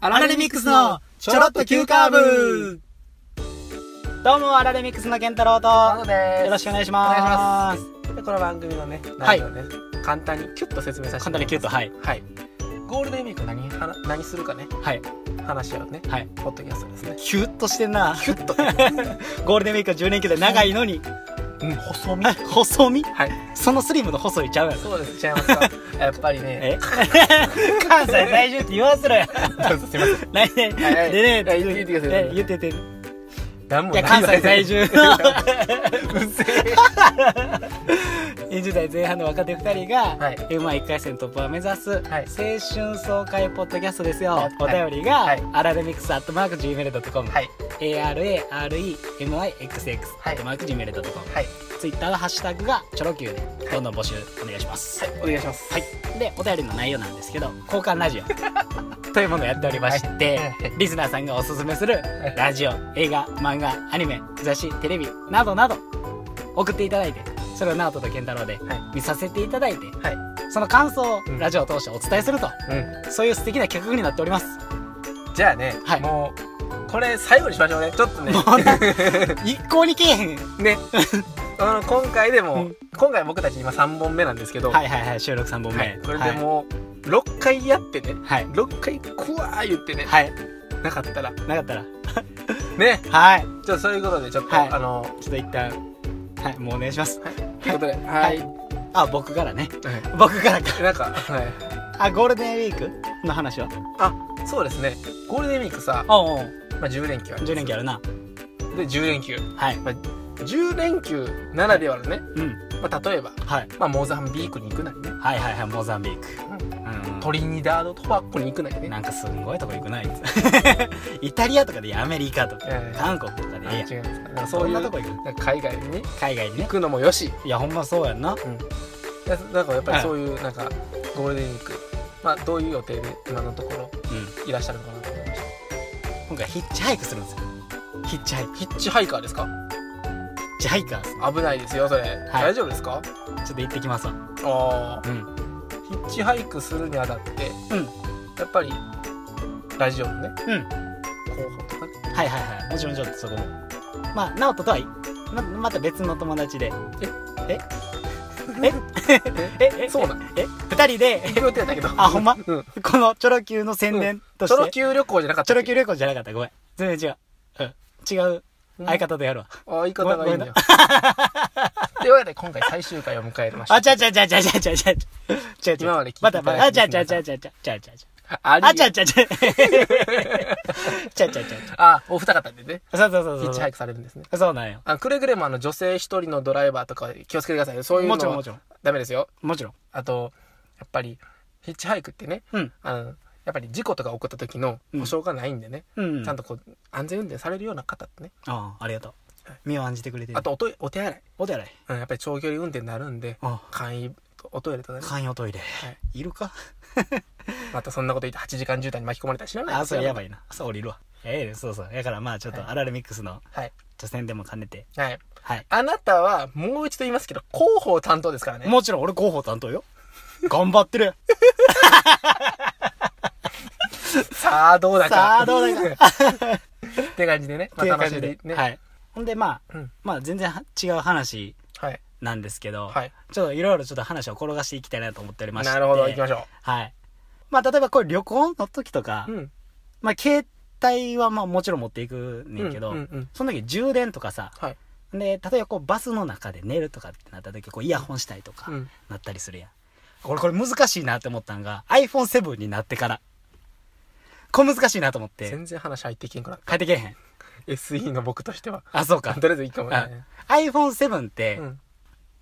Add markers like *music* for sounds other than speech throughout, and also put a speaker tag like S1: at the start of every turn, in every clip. S1: アラレミックスのちょろっと急カーブどうも、アラレミックスの健太郎と、
S2: な
S1: よ
S2: のです
S1: ろしくお願いし
S2: お願いし
S1: ま。
S2: ますすでこの番組のね
S1: は
S2: 内
S1: い
S2: 容をね、簡単にキュッと説明させて
S1: 簡単にキュッと、はい。
S2: とはいゴールデンウィーク何はな何するかね
S1: はい。
S2: 話し合うね
S1: はい。
S2: ポッドキャストですね
S1: キュッとしてんな。
S2: キュッと
S1: *laughs* ゴールデンウィークは10連休で長いのに、
S2: うん細身
S1: 細身
S2: はい
S1: そのスリムの細いちゃうやろ。
S2: そうですちゃいます
S1: *laughs*
S2: かやっぱりね
S1: え *laughs* 関西在住って言わせろや。
S2: すいません
S1: 来年、
S2: はいはい
S1: でね、
S2: はい言ってください
S1: え言ってて。い
S2: 何も
S1: や、関西在住の20代前半の若手2人が、
S2: はい
S1: M1 一回戦突破を目指す、
S2: はい
S1: 青春爽快ポッドキャストですよ、
S2: はい
S1: お便りが、
S2: はい
S1: アラレミックスアットマーク
S2: *laughs*
S1: Gmail.com、
S2: はい
S1: ARAREMIXX ア
S2: は
S1: ッ
S2: い
S1: トマーク Gmail.com
S2: はい
S1: ツイッターのハッシュタグがチョロ Q でどんどん募集お願いします、
S2: お願いします
S1: はい、でお便りの内容なんですけど交換ラジオ
S2: *laughs*
S1: というものをやっておりまして、
S2: はいはい
S1: リスナーさんがおすすめする
S2: い
S1: ラジオ映画漫画アニメ雑誌テレビなどなど送っていただいてそれを直人と健太郎で
S2: は
S1: 見させていただいて
S2: はい
S1: その感想を
S2: うん
S1: ラジオを通してお伝えすると、
S2: うん
S1: そういう素敵な企画になって
S2: *laughs*
S1: おります
S2: じゃあね
S1: はい
S2: もうこれ最後にしましょうねちょっと
S1: *laughs*
S2: ね
S1: もうな一向にけえへんは *laughs*
S2: ねあの今回でも、
S1: うん
S2: 今回僕たち今3本目なんですけど、
S1: いはいはい収録3本目
S2: はいこれでもう6回やってね
S1: はい
S2: 6回こわー言ってね、
S1: はい、はい
S2: なかったら
S1: なかったら
S2: ね
S1: はい
S2: じゃあそういうことでちょっと、
S1: はい
S2: あの
S1: ちょっと一旦はいもうお願いします
S2: ということでは、
S1: はいいあ僕からね
S2: は
S1: 僕からか
S2: いなんか、はい、
S1: あゴールデンウィークの話は
S2: あそうですねゴールデンウィークさ、ま
S1: おうおう
S2: あ、10連休ある
S1: 10連休あるな
S2: で10連休
S1: はい
S2: 10連休ならではのね、
S1: うん
S2: まあ、例えば、
S1: はい
S2: まあ、モザンビークに行くなりね
S1: はいはいはいモザンビークうん
S2: トリニダード・トバコに行くなりね
S1: なんかすんごいとこ行くなあいつ *laughs* イタリアとかでいいアメリカとか
S2: えー
S1: 韓国とかでいいやん
S2: 違うんですかなんか
S1: そ
S2: そうんい
S1: な
S2: う
S1: とこ行く
S2: なんか海外に
S1: 海外に
S2: 行
S1: ね
S2: くのもよし
S1: いやほんまそうやんな
S2: でなんかやっぱ
S1: は
S2: り
S1: い
S2: そういうなんかゴールデンウィーク、まあどういう予定で今のところ
S1: うん
S2: いらっしゃるのかなと思いまし
S1: 今回ヒッチハイクするんですよヒッチハイク
S2: たヒッチハイカーですか
S1: ヒッチハイカーっす
S2: 危ないですよそれ、大丈夫ですか
S1: ちょっと行ってきますわ
S2: ああ
S1: うん
S2: ヒッチハイクするにあたって、
S1: うん
S2: やっぱりラジオのね、
S1: うん
S2: 候補とかね
S1: はいはいはいもちろんちょっとそこもまあ直人とはいままた別の友達でえええええ
S2: そうなの
S1: え二人で *laughs*
S2: 行く予定だけど
S1: あほんま
S2: うん
S1: このチョロ Q の宣伝と
S2: チョ
S1: し
S2: ロ
S1: て、
S2: 級旅行じゃなかっ
S1: チ
S2: た
S1: ョロ Q 旅行じゃなかったごめん全然違う、うん、違う
S2: うん
S1: 相方とやるわ、
S2: あ相方がいいんだよ *laughs* というわけで今回最終回を迎えました
S1: あちゃちゃちゃちゃちゃちゃちゃちゃ
S2: 今まで聞いて
S1: またまたあちゃ
S2: い
S1: ち
S2: ただ
S1: ゃ
S2: い
S1: ち
S2: て
S1: ゃちゃちゃちゃちゃちゃ
S2: あり
S1: あちゃちゃちゃちゃちゃちゃち
S2: あお二方でね
S1: ゃそうそうそう
S2: ヒ
S1: そ
S2: ッ
S1: う
S2: チハイクされるんですね
S1: そうなんよ
S2: あくれぐれもあの女性一人のドライバーとか気をつけてくださいよそういうの
S1: もちろんもちろん
S2: ダメですよ
S1: もちろん
S2: あとやっぱりヒッチハイクってね
S1: うん
S2: あのやっぱり事故とか起こった時の保証がないんでね、
S1: うん
S2: ちゃんとこう安全運転されるような方ってね、
S1: ああありがとう身を案じてくれてる
S2: あとおとお手洗い、
S1: お手洗い
S2: うん、やっぱり長距離運転になるんで
S1: あ
S2: 簡易おトイレとかね
S1: 簡易トイレ
S2: はい
S1: い
S2: *laughs*
S1: るか
S2: またそんなこと言って8時間渋滞に巻き込まれたら知らない
S1: あそれやば
S2: い
S1: いな朝降りるわええそうそうだからまあちょっとアラルミックスの
S2: はい、
S1: ちょ宣伝も兼ねて
S2: はい、
S1: はい
S2: あなたはもう一度言いますけど広報担当ですからね
S1: もちろん俺広報担当よ。頑張っ
S2: *laughs*
S1: てる。
S2: さあどうだか
S1: さあどうだ
S2: か *laughs* って感じでね、まあ、
S1: っていう
S2: 楽し
S1: 感じ
S2: み
S1: で
S2: にね
S1: はい。ほんで、まあ、
S2: うん
S1: まあ全然は違う話
S2: はい
S1: なんですけど、
S2: はい
S1: ちょっといろいろちょっと話を転がしていきたいなと思っておりまして。
S2: なるほど行きましょ
S1: はい。まあ例えばこれ旅行の時とか、
S2: ううん
S1: まあ携帯はまあもちろん持っていくねんけど、
S2: うんうんうん
S1: その時充電とかさ、
S2: はい
S1: で、例えばこうバスの中で寝るとかってなった時、こうイヤホンしたりとか、
S2: うん
S1: なったりするやん。これこれ難しいなって思ったんが、iPhone7 になってから。これ難しいなと思って。
S2: 全然話入っていけんから *laughs*
S1: 変えてけえへん。
S2: SE の僕としては
S1: あ、そう
S2: あ
S1: か。
S2: とりあえずいいかもね、
S1: iPhone7 っ
S2: う
S1: て、
S2: ん、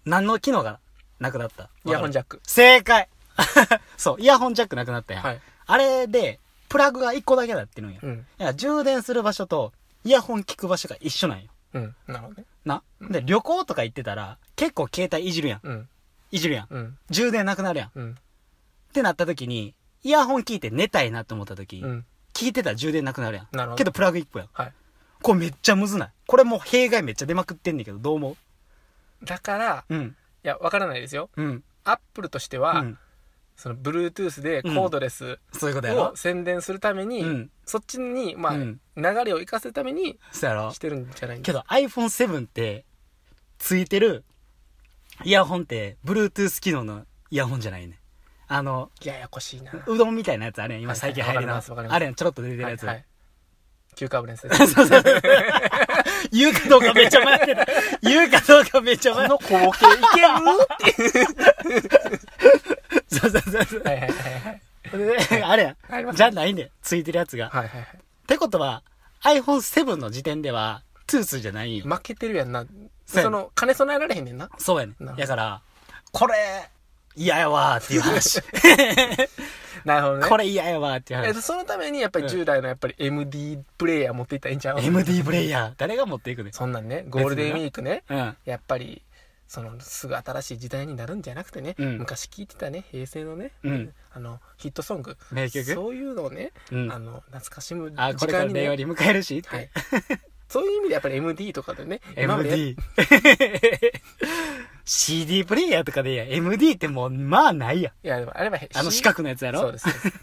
S1: 何の機能がなくなった
S2: イヤホンジ
S1: ャック。
S2: ャック
S1: 正解 *laughs* そう、イヤホンジャックなくなったやん。
S2: はい
S1: あれで、プラグが1個だけだってるんや。
S2: うん
S1: いや充電する場所と、イヤホン聞く場所が一緒なんよ。
S2: うんなるほどね
S1: な。で、旅行とか行ってたら、結構携帯いじるやん。
S2: うん
S1: いじるやん。
S2: うん
S1: 充電なくなるやん。っ
S2: うん
S1: てなった時に、イヤホン聞いて寝たいなって思った時、
S2: うん
S1: 聞いてたら充電なくなるやん。
S2: なるほど
S1: けどプラグ1個やん。
S2: はい
S1: これめっちゃむずない。これもう弊害めっちゃ出まくってんねんけど、どう思
S2: だから
S1: ううん。
S2: いやわからないですよ
S1: うん。
S2: アップルとして
S1: う
S2: は、
S1: ん。
S2: その Bluetooth でコードレス
S1: そういうことや
S2: を
S1: ろ
S2: 宣伝するために、
S1: うん
S2: そっちに、まあ
S1: うん
S2: 流れを生かすために
S1: そうやろ
S2: してるんじゃないん
S1: け
S2: だ
S1: ど iPhone7 ってついてるイヤホンって Bluetooth 機能のイヤホンじゃないねあの
S2: ややこしいな
S1: うどんみたいなやつあれやん今
S2: はいは
S1: 最
S2: い
S1: 近流行りの
S2: わかりますわかります
S1: あれやんちょろっと出てるやつ、
S2: はいはい急カーブレンスです
S1: *laughs*
S2: こ
S1: 言うかどうかめっちゃ迷って
S2: *laughs*
S1: た言うかどうかめっちゃ迷って
S2: の光景いける
S1: たそうそうそうそう
S2: はいはいはいはい
S1: であれ
S2: あり
S1: や
S2: ま
S1: ん
S2: す
S1: じゃないねんついてるやつが、
S2: はいはいはい
S1: ってことは iPhone7 の時点ではトゥースじゃないんよ
S2: 負けてるやんな
S1: そうやね
S2: その金備えられへんねんな
S1: そうやね
S2: なるほど
S1: だからこれ嫌やわーっていう
S2: *laughs*
S1: 話
S2: なるほどね
S1: これ嫌やわーっていう
S2: えっ
S1: 話
S2: とそのためにやっぱり従来のやっぱり MD プレイヤー持っていったらいいんちゃう
S1: MD プレイヤー誰が持っていくねん
S2: そんなんねゴールデンウィークね
S1: うん
S2: やっぱりそのすぐ新しい時代になるんじゃなくてね、
S1: うん
S2: 昔聞いてたね平成のね、
S1: うん
S2: あのヒットソング
S1: 名曲
S2: そういうのをね、
S1: うん
S2: あの懐かしむ
S1: あこ
S2: 時
S1: れから
S2: 間に、ね
S1: 令和に迎えるしって、
S2: はい、そういう意味でやっぱり MD とかでね今まで
S1: *laughs* MD CD プレイヤーとかでいいや MD ってもうまあないやん
S2: いやでもあれば
S1: あの四角のやつやろ
S2: そうですそうです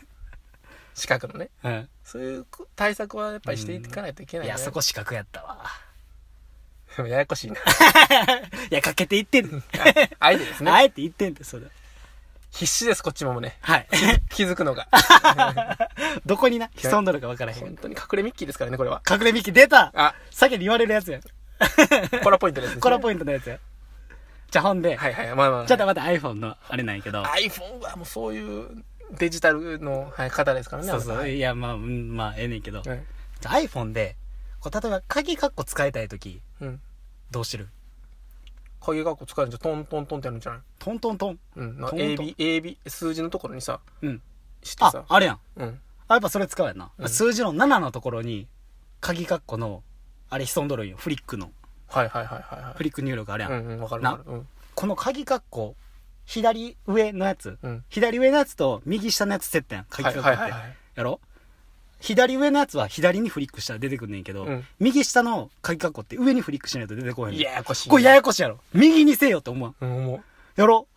S2: 四角のね
S1: うん
S2: そういう対策はやっぱりしていかないといけない
S1: い
S2: ね、
S1: やそこ四角やったわ
S2: でもややこ
S1: *laughs*
S2: しいな
S1: いやかけていってんねん
S2: あえてですね
S1: あえて言ってんってそれ
S2: 必死ですこっちも
S1: *laughs*
S2: ね *laughs*
S1: はい
S2: 気づくのが
S1: どこにな潜んどるか分からへん
S2: 本当に隠れミッキーですからねこれは
S1: 隠れミキ出た
S2: あ
S1: 先に言われるやつや
S2: コラポイントです、ね、
S1: *laughs* コラポイントのやつやじゃあほんで、
S2: はいはいまあまあ、まあ、
S1: ちょっとまた iPhone のあれなんやけど
S2: iPhone はもうそういうデジタルの、はい、方ですからね。
S1: そうそ
S2: あ
S1: ういやまあうんまあええねんけど、
S2: のはい。
S1: じゃあ iPhone でこう例えば鍵カッコ使いたい時
S2: うん。
S1: どうしてる
S2: 鍵学校使えるんじゃんトントントンってやるんじゃない
S1: トントントン
S2: うん。
S1: トントン
S2: AB、AB、数字のところにさ、
S1: うん
S2: して
S1: あ
S2: さ。
S1: あれやん
S2: うん。
S1: あやっぱそれ使うやんな、
S2: うん
S1: 数字の7のところに鍵カッコのあれ潜んどるんよフリックの
S2: はいはいはいはいは
S1: フリック入力あれや
S2: い。
S1: ん、
S2: うんうん、わかる
S1: な
S2: わかる。うん。
S1: この鍵カッコ左上のやつ、
S2: うん。
S1: 左上のやつと右下のやつ接点鍵
S2: は
S1: カッ
S2: い
S1: コって、
S2: はいはいはい。
S1: やろ左上のやつは左にフリックしたら出てくんねんけど、
S2: うん
S1: 右下の鍵カッコって上にフリックしないと出てこへんねん
S2: いややこしい。
S1: これややこしいやろ右にせえよって思わん
S2: うん、も
S1: やろ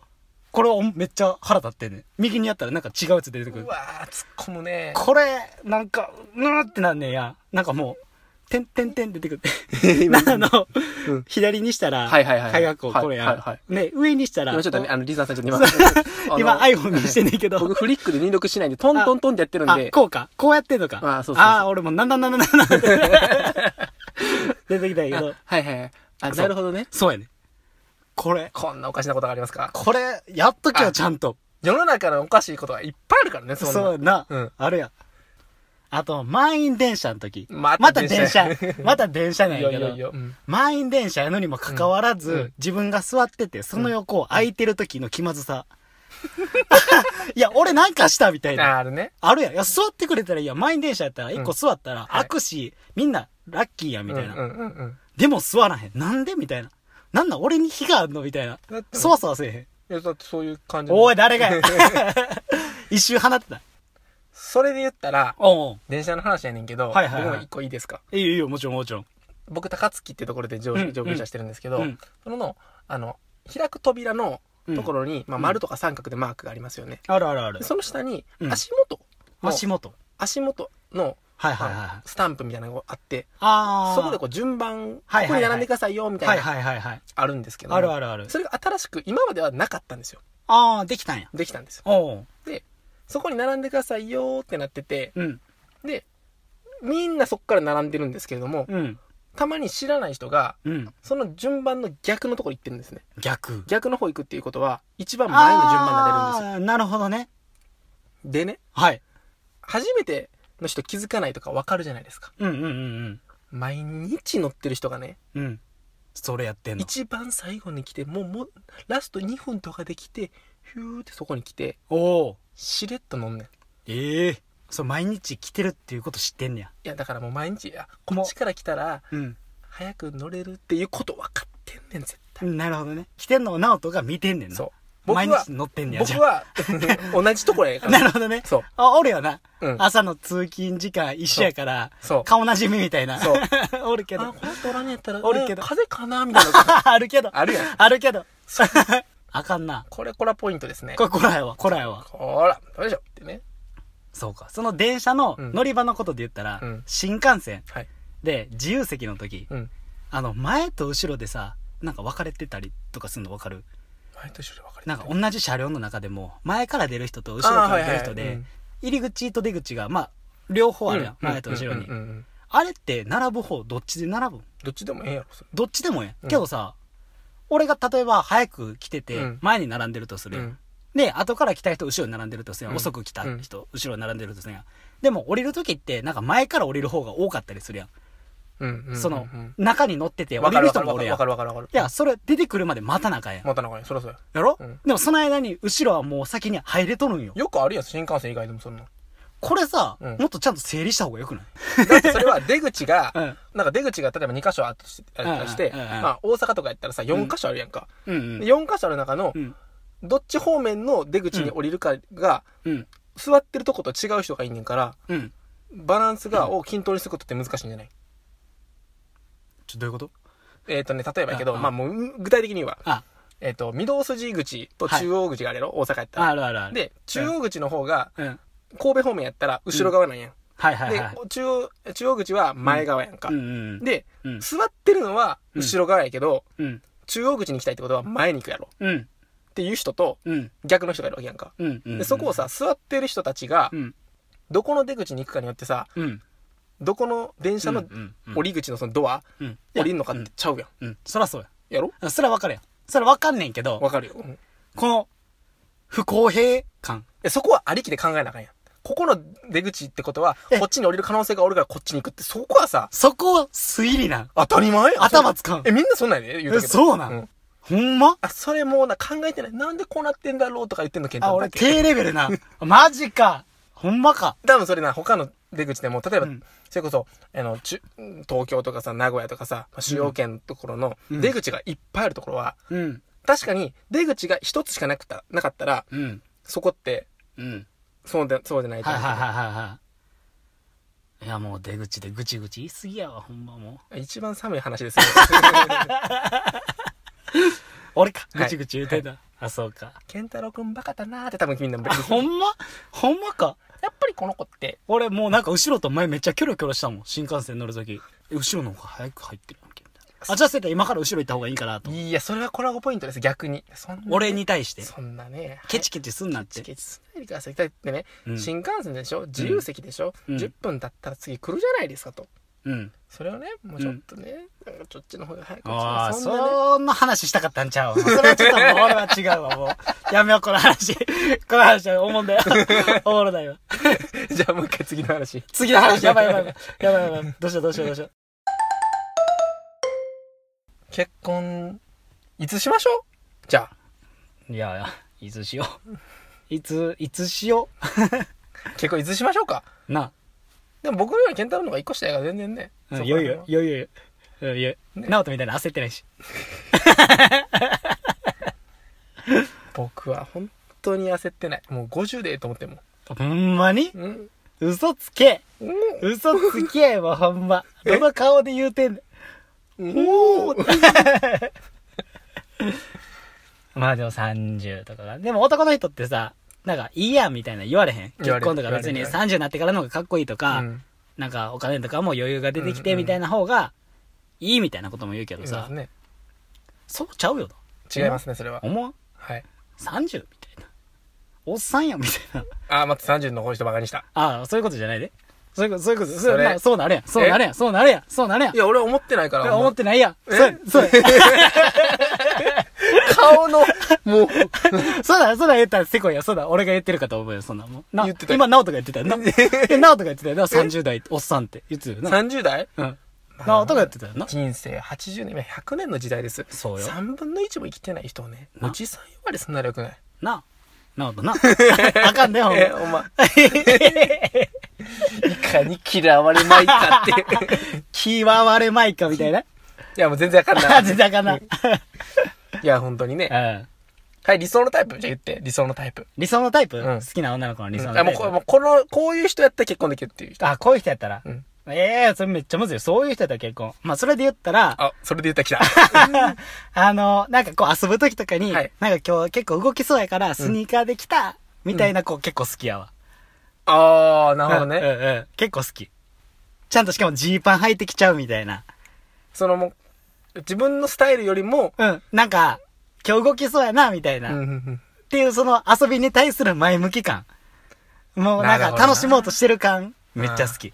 S1: これおめっちゃ腹立ってんねん右にやったらなんか違うやつ出て
S2: う。
S1: く
S2: う
S1: る
S2: わー、突っ込むね。
S1: これなんかうーってなんねんやなんかもうてんてんてん出てくるなあの、
S2: うん
S1: 左にしたら
S2: はいはいはい
S1: 鍵カッコこれやん、
S2: はいはい
S1: ね上にしたら
S2: 今ちょっとね、あの、リザーさんちょっと *laughs* 今、
S1: 今
S2: あの
S1: iPhone にしてんねんけど
S2: 僕フリックで入力しないで、トントントンってやってるん
S1: あ、
S2: で、
S1: こうか。こうやってんのか。
S2: あそうそうそう
S1: あー俺もなんだなんだなんだなんだ出てきたけど
S2: あ。はいはいはい。あ、
S1: そう
S2: なるほどね。
S1: そうやね。これ、
S2: こんなおかしなことがありますか
S1: これ、やっときゃ
S2: あ
S1: ちゃんと。
S2: 世の中のおかしいことがいっぱいあるからね、そんな
S1: そうやな。
S2: うん
S1: あるやん。あと、満員電車の時。
S2: また
S1: また電車
S2: 電車。
S1: また電車なん
S2: い
S1: や
S2: や
S1: け
S2: *laughs* いやいや
S1: ど。。満員電車やのにもかかわらず、
S2: うん
S1: 自分が座ってて、その横空いてる時の気まずさ。 *laughs* いや、俺なんかしたみたいな。
S2: あるね。
S1: あるやん。いや、座ってくれたらいいやん。満員電車やったら、一個座ったら、
S2: はい
S1: 開くし、みんな、ラッキーや、みたいな。
S2: うんうんうん。
S1: でも座らへん。なんでみたいな。なんなん俺に火があるのみたいな
S2: だっ。て
S1: そわそわせえへん。
S2: いや、だってそういう感じ。
S1: おい、誰
S2: *laughs*
S1: がや *laughs* 一周放ってた。
S2: それで言ったら、
S1: おうおう
S2: 電車の話やねんけど、
S1: はいはいはい
S2: 僕も一個いいですか。
S1: いいよいいよ、もちろんもちろん。
S2: 僕、高槻ってところで乗
S1: うん
S2: 車乗車してるんですけど、
S1: うん
S2: そのの、あの、開く扉のところに、まあ、
S1: ん
S2: 丸とか三角でマークがありますよね。
S1: あるあるある
S2: で。その下に
S1: うん、
S2: 足元の、
S1: 足元。
S2: 足元の、
S1: はいはいはい
S2: あ。のスタンプみたいなのがあって、
S1: あー。
S2: そこでこう順番、こ
S1: はいはいはい
S2: こに並んでくださいよ、みた
S1: はいい
S2: な、
S1: はいはいはい。
S2: あるんですけども、
S1: あるあるある。
S2: それが新しく、今まではなかったんですよ。
S1: あー、できたんや。
S2: できたんですよ。
S1: おう。
S2: で、そこに並んでくださいよーってなってて、
S1: うん。
S2: で、みんなそこから並んでるんですけれども、
S1: うん。
S2: たまに知らない人が、
S1: うん。
S2: その順番の逆のところ行ってるんですね。
S1: 逆。
S2: 逆の方行くっていうことは、一番前の順番になれるんですよ。
S1: あーなるほどね。
S2: でね、
S1: はい。
S2: 初めての人気づかないとかわかるじゃないですか。
S1: うんうんうん
S2: 毎日乗ってる人がね、
S1: うん。うん。それやってんの。
S2: 一番最後に来て、もうもう、ラスト2分とかで来て、ヒューってそこに来て、
S1: おう。
S2: しれっと飲んねん。い
S1: ええー。そう、毎日来てるっていうこと知ってんねや。
S2: や、だからもう毎日、あ、こっちから来たら、
S1: うん。
S2: 早く乗れるっていうこと分かってんねん、絶対。
S1: なるほどね。来てんのを直人が見てんねんな。
S2: そう。僕
S1: 毎
S2: は
S1: 日、乗ってんねや。じゃ
S2: 僕
S1: あ
S2: は、同じところやから。
S1: *laughs* なるほどね。
S2: そう。
S1: あ、おるよな。
S2: うん。
S1: 朝の通勤時間一緒やから、
S2: そう。
S1: 顔なじみみたいな。
S2: そう。
S1: *laughs* おるけ
S2: あ、
S1: ど。
S2: この人おらんねやったら、
S1: おるけど
S2: え
S1: *laughs*
S2: 風邪かなみたいな。
S1: あるけど。
S2: あるやん。
S1: あるけど。 *laughs* あかんな。
S2: これこらポイントですね
S1: これ、こらやわ、こらやわ。
S2: こらどうでしょうってね
S1: そうか。その電車の
S2: うん
S1: 乗り場のことで言ったら、
S2: うん
S1: 新幹線
S2: はい
S1: で自由席の時、
S2: うん
S1: あの、前と後ろでさ、なんか分かれてたりとかするの分かる
S2: 毎年分かれてる
S1: なんか同じ車両の中でも、前から出る人と後ろから出る人で、
S2: あーはいはいうん
S1: 入り口と出口が、まあ、両方あるやん。
S2: うん
S1: 前と後ろに
S2: うんう。んうんうん
S1: あれって並ぶ方、どっちで並ぶん
S2: どっちでもええやろそれ
S1: どっちでもええ。
S2: うん
S1: けどさ、俺が例えば早く来て
S2: う
S1: て
S2: ん、
S1: 前に並んでるとするやん。
S2: うん
S1: で、後から来た人、後ろに並んでるとするやん。
S2: うん
S1: 遅く来た人、後ろに並んでるとするやん。でも降りるときって、なんか前から降りる方が多かったりするやん。
S2: うんうんうんうん
S1: その
S2: うん、
S1: 中に乗ってて降
S2: わ
S1: り
S2: か
S1: る
S2: る
S1: 人もおるやん。
S2: わかるわかるわかるわ
S1: い
S2: かる
S1: や、それ出てくるまで待たなあかんやん。
S2: またなんかねそらそうや
S1: やろ
S2: うん
S1: でもその間に後ろはもう先に入れとるんよ。
S2: よくあるやん新幹線以外でもそん
S1: *laughs*
S2: な
S1: これさ、
S2: うん
S1: もっとちゃんと整理した方がよく
S2: *laughs*
S1: ない
S2: だってそれは出口が、
S1: *laughs* うん
S2: なんか出口が例えば2箇所あったとしあったとして、
S1: うんうんうんうん
S2: まあ大阪とかやったらさ、4箇所あるやんか。
S1: うん
S2: で4箇所ある中の
S1: う、ん。
S2: どっち方面の出口に降りるかが、
S1: うん。
S2: 座ってるとこと違う人がいんねんから、
S1: うん。
S2: バランスが、を均等にすることって難しいんじゃない
S1: ちょ、どういうこと
S2: えっ、とね、例えばやけど、
S1: うんうん
S2: まあもう具体的に言えば、
S1: あ、
S2: えっ、と、御堂筋口と中央口があるやろ、大阪やった
S1: あ
S2: ら。
S1: るあるある。
S2: で、中央口の方が、
S1: うん、うん。
S2: 神戸方面やったら後ろ側なんやん。
S1: はいはい
S2: で
S1: はい。、
S2: 中央、中央口は前側やんか。
S1: うんうん。
S2: で、
S1: うん、
S2: 座ってるのは後ろ側やけど、
S1: うん。
S2: 中央口に行きたいってことは前に行くやろ
S1: うん。
S2: っていう人と
S1: うん。
S2: 逆の人がいるわけやんか。
S1: うん。うん。
S2: でそこをさ、座ってる人たちが
S1: う、ん。
S2: どこの出口に行くかによってさ、
S1: うん。
S2: どこの電車の
S1: うんうん
S2: 降り口のそのドア、
S1: うん。
S2: 降りんのかっ
S1: うん
S2: て。ちゃうやん。
S1: うん。そらそう
S2: やろ
S1: や。そらわかるやん。そらわかんねんけど
S2: わ、かるよ。うん
S1: この、不公平感。
S2: えそこはありきで考えなあかんやん。ここの出口ってことは
S1: え、
S2: こっちに降りる可能性がおるからこっちに行くって、そこはさ、
S1: そこ、推理なん。
S2: 当たり前やん
S1: 頭使うん
S2: え、みんなそんなんやで言
S1: え、
S2: けど
S1: そうなん、
S2: ん
S1: ほんま
S2: あ、それもうな、考えてない。なんでこうなってんだろうとか言ってんの、ケンタ
S1: あ、
S2: だ
S1: 俺、
S2: け
S1: 低レベル
S2: *laughs*
S1: な。マジか。ほんまか。
S2: 多分それな、他の出口でも、例えば、
S1: うん
S2: それこそ、あの、ちゅ東京とかさ、名古屋とかさ、まあ主要圏のところの
S1: うん
S2: 出口がいっぱいあるところは、
S1: うん。
S2: 確かに出口が一つしかなくた、なかったら、
S1: うん。
S2: そこって、
S1: うん。
S2: そうで、そうでないと
S1: はい
S2: 思う
S1: はいはいはいはい。いやもう出口でぐちぐち言いすぎやわ、ほんまも
S2: 一番寒い話ですよ。
S1: *laughs* う。俺か、
S2: はい
S1: ぐちぐち言うてた。あ、そうか。
S2: ケンタロウくんバカだなーって多分みんな
S1: あ、 *laughs* ほ
S2: や
S1: んまほんまか。
S2: っぱりこの子って、
S1: 俺もうなんか後ろと前めっちゃキョロキョロしたもん、新幹線乗るとき。え後ろの方が早く入ってるわけみたいな。あ、じゃあせい今から後ろ行った方がいいかなと。
S2: いや、それはコラボポイントです、逆に。そんなね
S1: 俺に対して。
S2: そんなね。
S1: ケチケチすんなっ
S2: チ
S1: て。
S2: ケチしないでください。だってね、
S1: うん
S2: 新幹線でしょ自由席でしょ、
S1: うん
S2: ?10 分経ったら次来るじゃないですかと。
S1: うん。
S2: それをね、もうちょっとね、なんかそっちの方が早く落ち
S1: ああ、
S2: ますそんなね
S1: そんな話したかったんちゃうわそれはちょっともう俺は違うわ、もう。 *laughs* やめよう、この話。この話はおもん
S2: *laughs*
S1: だよ。おもろないわ。
S2: じゃあもう一回次の話。
S1: 次の話、やばいやばいやばい。やばいやばい。どうしようどうしようどうしよう。
S2: 結婚、いつしましょうじゃ
S1: いやいや、いつしよう。いつ、いつしよ
S2: あ、結婚いつしましょうか。
S1: う。な、
S2: でも僕のより健太郎の方が一個下やから全然ね。
S1: うん、
S2: そ
S1: い
S2: こら
S1: よい
S2: 辺は
S1: よ、いよいよ、いよいよ。
S2: ね
S1: ナオトみたいな焦ってないし。
S2: 僕は本当に焦ってない。もう50でええと思ってんもん。
S1: ほんまに
S2: うん。
S1: 嘘つけ
S2: うん。
S1: 嘘つけもうほんま。どの顔で言うてんの
S2: おー
S1: *laughs* まあでも30とかが。でも男の人ってさ、なんかいいやんみたいな言われへん。
S2: 言わ
S1: 結
S2: れる
S1: 婚とか別に
S2: 言わ
S1: 30になってからの方がかっこいいとか、
S2: うん
S1: なんかお金とかも余裕が出てき
S2: うん
S1: て
S2: うん
S1: みたいな方がいいみたいなことも言うけど
S2: いま
S1: さ
S2: す、ね。
S1: そうちゃうよと。
S2: 違いますね、それは。
S1: 思わん
S2: はい。
S1: ?30 みたいな。おっさんやんみたいな。
S2: あー、待って、30の方の人バカにした。
S1: ああ、そういうことじゃないで。そういうこと、そういうこと。
S2: それ
S1: まあそうなるやん。そうなるやん。そうなるやん。そうなるやん
S2: い。や、俺は思ってないか
S1: い
S2: ら。
S1: や思ってないやん。
S2: え
S1: そうや、そうや。
S2: 顔の、 *laughs* もう、
S1: そうだ、そうだ言ったらせこいや。そうだ、俺が言ってるかと思うよ、そんなもん。な
S2: 言ってたよ
S1: 今、直人が言ってた
S2: *laughs*
S1: よな。え直人が言ってたよな、30代、おっさんって言ってたよな。
S2: 30代
S1: うん。直人が言ってたよな。
S2: 人生80年、今100年の時代です。
S1: そうよ
S2: 3分の1も生きてない人をね、
S1: な
S2: おじさん呼ばれすんならよくない
S1: な、直
S2: *laughs*
S1: 人な。あかんね、ほん
S2: え、
S1: ま。
S2: お前。いかに嫌われ *laughs* まいかって。
S1: 気は割れまいか、みたいな。
S2: いや、もう全然あかんな
S1: あ、。全然あかんな。
S2: いや、本当にね。
S1: うん。
S2: はい、理想のタイプ。じゃあ言って、理想のタイプ。
S1: 理想のタイプ
S2: ん
S1: 好きな女の子の理想の
S2: あ
S1: タ
S2: も
S1: イ
S2: う
S1: プ
S2: こ。もうこの、こういう人やったら結婚できるっていう人。
S1: あ、こういう人やったら
S2: うん。
S1: ええそれめっちゃむずいよ。そういう人やったら結婚。まあ、それで言ったら、
S2: あ、それで言った来た。
S1: あの、なんかこう遊ぶ時とかに、
S2: はい
S1: なんか今日結構動きそうやから、スニーカーで来た、みたいな子結構好きやわ。
S2: *laughs* あー、なるほど
S1: う
S2: *laughs*
S1: ん
S2: ね。
S1: うんうん。結構好き。ちゃんとしかもジーパン履いてきちゃうみたいな。
S2: そのもう、自分のスタイルよりも、
S1: うん。なんか、今日動きそうやな、みたい
S2: う
S1: な。
S2: んう
S1: っ
S2: んうん
S1: ていうその遊びに対する前向き感。もう
S2: な
S1: なん
S2: る
S1: か
S2: ほどな
S1: 楽しもうとしてる感、めっちゃ好き。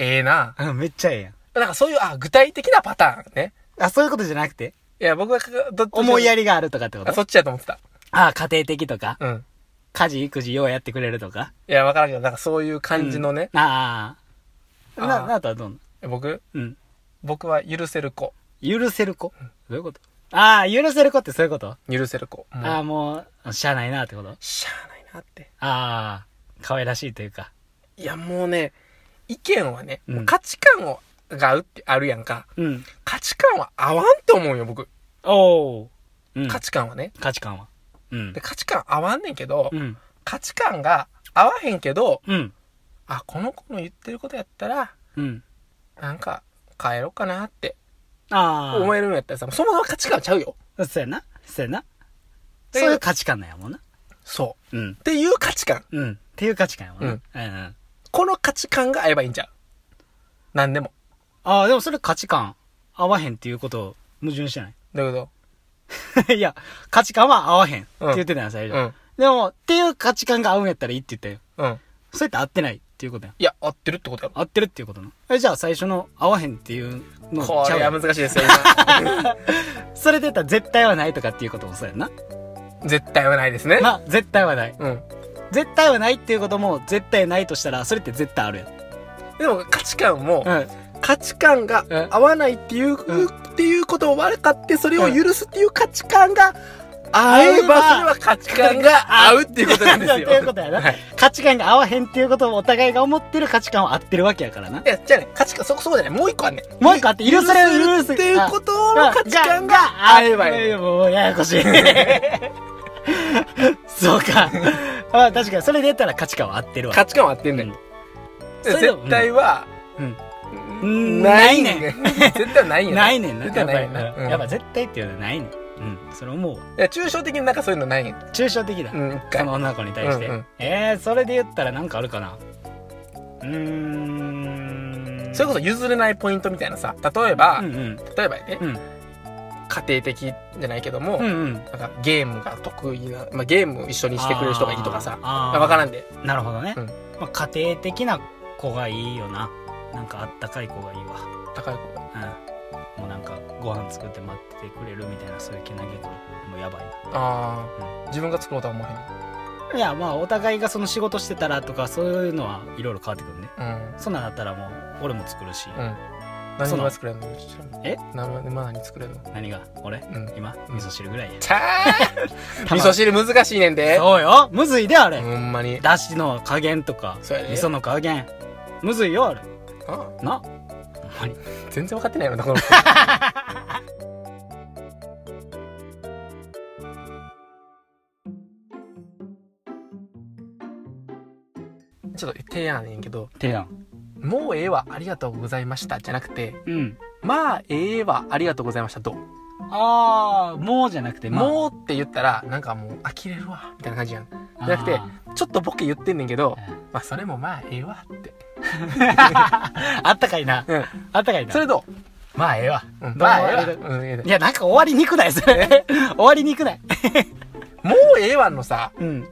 S2: ええな。
S1: うん、めっちゃええやん。
S2: なんかそういう、あ、具体的なパターンね。
S1: あ、そういうことじゃなくて
S2: いや、僕は、どっち
S1: 思いや
S2: り。
S1: りがあるとかってこ
S2: あ、そ
S1: と
S2: っちやと思ってた。
S1: ああ、家庭的とか、
S2: うん。
S1: 家事、育児、ようやってくれるとか
S2: いや、わからんけど、なんかそういう感じのね。。
S1: うんああ。
S2: あ
S1: な、
S2: ー
S1: なたはどうなの
S2: 僕
S1: うん。
S2: 僕は許せる子。
S1: 許せる子どういうことああ、許せる子ってそういうこと、
S2: 許せる子。もう
S1: ああ、もう、しゃあないなってことあ
S2: しゃあないなって。
S1: あ、可愛らしいというか。
S2: いや、もうね、意見はね、
S1: うん
S2: もう価値観を、が合うってあるやんか。
S1: うん。
S2: 価値観は合わんと思うよ、僕。
S1: おお、うん、
S2: 価値観はね。
S1: 価値観は。うん
S2: で、。価値観合わんねんけど、
S1: うん。
S2: 価値観が合わへんけど、
S1: うん。
S2: あ、この子の言ってることやったら、
S1: うん。
S2: なんか、変えろうかなって
S1: ああ。
S2: 思えるんやったらさ、そもそも価値観ちゃうよ。
S1: そうやな。そうやな。
S2: で
S1: そういう価値観なんやもんな。
S2: そ
S1: うん
S2: う。っ。ていう価値観。
S1: うん。っていう価値観やもんな。
S2: う
S1: うんん。うん。
S2: この価値観が合えばいいんちゃう。なんでも。
S1: ああ、でもそれ価値観合わへんっていう *laughs* こと矛盾してな
S2: どういうこ
S1: いいや、価値観は合わへんって言ってたやん、最
S2: と
S1: 初。でも、っていう価値観が合うんやったらいいって言った
S2: う
S1: よ。
S2: ん。うん。
S1: そうやって合ってないっていうことやん。
S2: いや、合ってるってことやろ。
S1: 合ってるっていうことな。え、じゃあ最初の合わへんっていうの
S2: こ
S1: ちゃ
S2: れ
S1: うや
S2: は
S1: ん
S2: 難しい *laughs* ですよ、今。
S1: それで言ったら絶対はないとかっていうこともそうやんな。
S2: 絶対はないですね。
S1: まあ、絶対はない。
S2: うん。
S1: 絶対はないっていうことも絶対ないとしたら、それって絶対あるやん。
S2: でも価値観も、
S1: うん。
S2: 価値観が
S1: うん
S2: 合わないっていう、
S1: うん
S2: っていうことを悪かって、それを許すっていう価値観が合えば、それは価値観が合うっていうことなんです
S1: *laughs*
S2: よ。
S1: ということやな
S2: はい。
S1: 価値観が合わへんっていうことをお互いが思ってる価値観は合ってるわけやからな。
S2: いや、じゃあね、価値観、そこ、そうじゃない。もう一個はね。
S1: もう一個あって、許せる、許
S2: って
S1: せる。
S2: いうことの価値観が
S1: あ
S2: 合えばいい。
S1: あもうややこしい。 *laughs* そうか。まあ確かに、それで言ったら価値観は合ってるわ。
S2: 価値観は合ってんねん。
S1: うんそれでも
S2: 絶対は、
S1: うん。
S2: うん
S1: ないねん
S2: *laughs* 絶対ないんや
S1: ないねんな。
S2: 絶
S1: や
S2: 対
S1: っぱ
S2: ない
S1: り
S2: よ
S1: な
S2: な。うん
S1: やっぱ絶対っていうのはないねん。うん。それ思う
S2: い
S1: わ。
S2: や、抽象的になんかそういうのないんや。
S1: 抽象的だ。
S2: うん、一
S1: そ
S2: 回
S1: の。女の子に対して。
S2: うんうん
S1: えー、それで言ったらなんかあるかなうーん。
S2: それこ
S1: こ
S2: そ譲れないポイントみたいなさ、例えば、
S1: うんうん。
S2: 例えばね、
S1: うん
S2: 家庭的じゃないけども、
S1: うんうん。
S2: なんかゲームが得意な、まあ、ゲーム一緒にしてくれる人がいいとかさ、
S1: あーあ
S2: わから
S1: ん。
S2: んで。
S1: なるほどね。
S2: うん
S1: まあ、家庭的な子がいいよな。なんかあったかい子がいいわ。
S2: 高い子。
S1: うん。もうなんかご飯作って待っててくれるみたいなそういうけなげ感もうやばい
S2: ああ、自分が作ろうとは思わ
S1: ないやまあお互いがその仕事してたらとかそういうのはいろいろ変わってくるね
S2: へん。うん。
S1: そんなんだったらもう俺も作るし、
S2: うん。
S1: そ
S2: 何
S1: の
S2: が作れるのちょっと
S1: え
S2: 何今何作れるの
S1: 何が俺 *laughs*
S2: うん。
S1: 今味噌汁ぐらいや
S2: たー味噌汁難しいねんで。
S1: そうよむずいであれ、
S2: ほんまに。
S1: だしの加減とか味
S2: そうやね
S1: 噌の加減むずいよあれ
S2: あ
S1: なほんまに
S2: 全然分かってないよな、この子。 *laughs* ちょっと提案やねんけど、
S1: 提案
S2: もうええわ、ありがとうございました、じゃなくて、
S1: うん
S2: まあええわ、ありがとうございました、どう
S1: ああもうじゃなくて、まあ、う
S2: もうって言ったら、なんかもう、呆れるわ、みたいな感じやん。じゃなくて
S1: あ
S2: ちょっとボケ言ってんねんけど、
S1: ー
S2: まあそれもまあええわって。
S1: あったかいな
S2: うん。
S1: あったかいな
S2: それど
S1: まあええわ、
S2: う、うん、
S1: ま
S2: ま
S1: あ
S2: あええわ。
S1: ええわ
S2: うんええで
S1: いやなんか終わりにくないそれ終わりにくない
S2: もうええわのさ、
S1: うん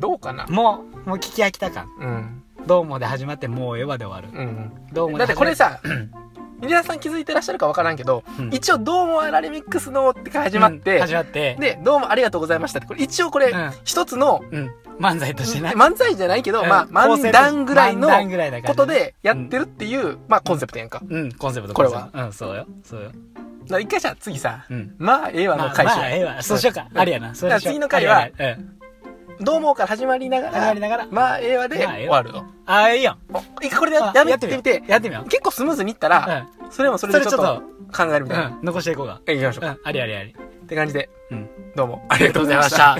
S2: どうかな
S1: もうもう聞き飽きた感
S2: うん。
S1: どうもで始まってもうええわで終わる
S2: うん。
S1: どうも
S2: だ
S1: で
S2: ってこれ
S1: 始ま
S2: さ、 *clears throat* 皆さん気づいてらっしゃるかわからんけど、
S1: うん
S2: 一応どうもアラレミックスのって始まっ
S1: うん
S2: て、
S1: 始まって
S2: で、どうもありがとうございましたって、これ一応これ
S1: うん、
S2: 一つの、
S1: うん漫才としてな
S2: 漫才じゃないけど、
S1: うん
S2: まあ、
S1: 構
S2: 漫
S1: 成として
S2: 談ぐらいの
S1: 漫談ぐらいな感じ
S2: ことでやってるっていう、まあ、コンセプトやんか。だか
S1: うんコンセプト
S2: これは
S1: コンセプトうんそうよそうよ
S2: ら一回じゃあ次さ、
S1: うん
S2: まあ、ええわ
S1: ま
S2: の
S1: あ
S2: 回
S1: ま
S2: 収
S1: あええわそうしようか
S2: うん
S1: ありやなそうしよう
S2: だから次の回は
S1: ありやなうん
S2: どうもから始まりながら、
S1: 始まりながら
S2: まあ、ええわで
S1: まあえ
S2: 終
S1: え
S2: わ
S1: わ
S2: るの。
S1: ああいいよ
S2: お一回これでや
S1: あ
S2: めてみて、
S1: やってみよう
S2: 結構スムーズにいったら、それもそれでちょっ
S1: それ
S2: と考えるみ
S1: う
S2: たいな。
S1: んうん残していこうか
S2: いきましょう
S1: う
S2: か。
S1: んありありあり
S2: って感じで、
S1: うん
S2: どうもありがとうございました。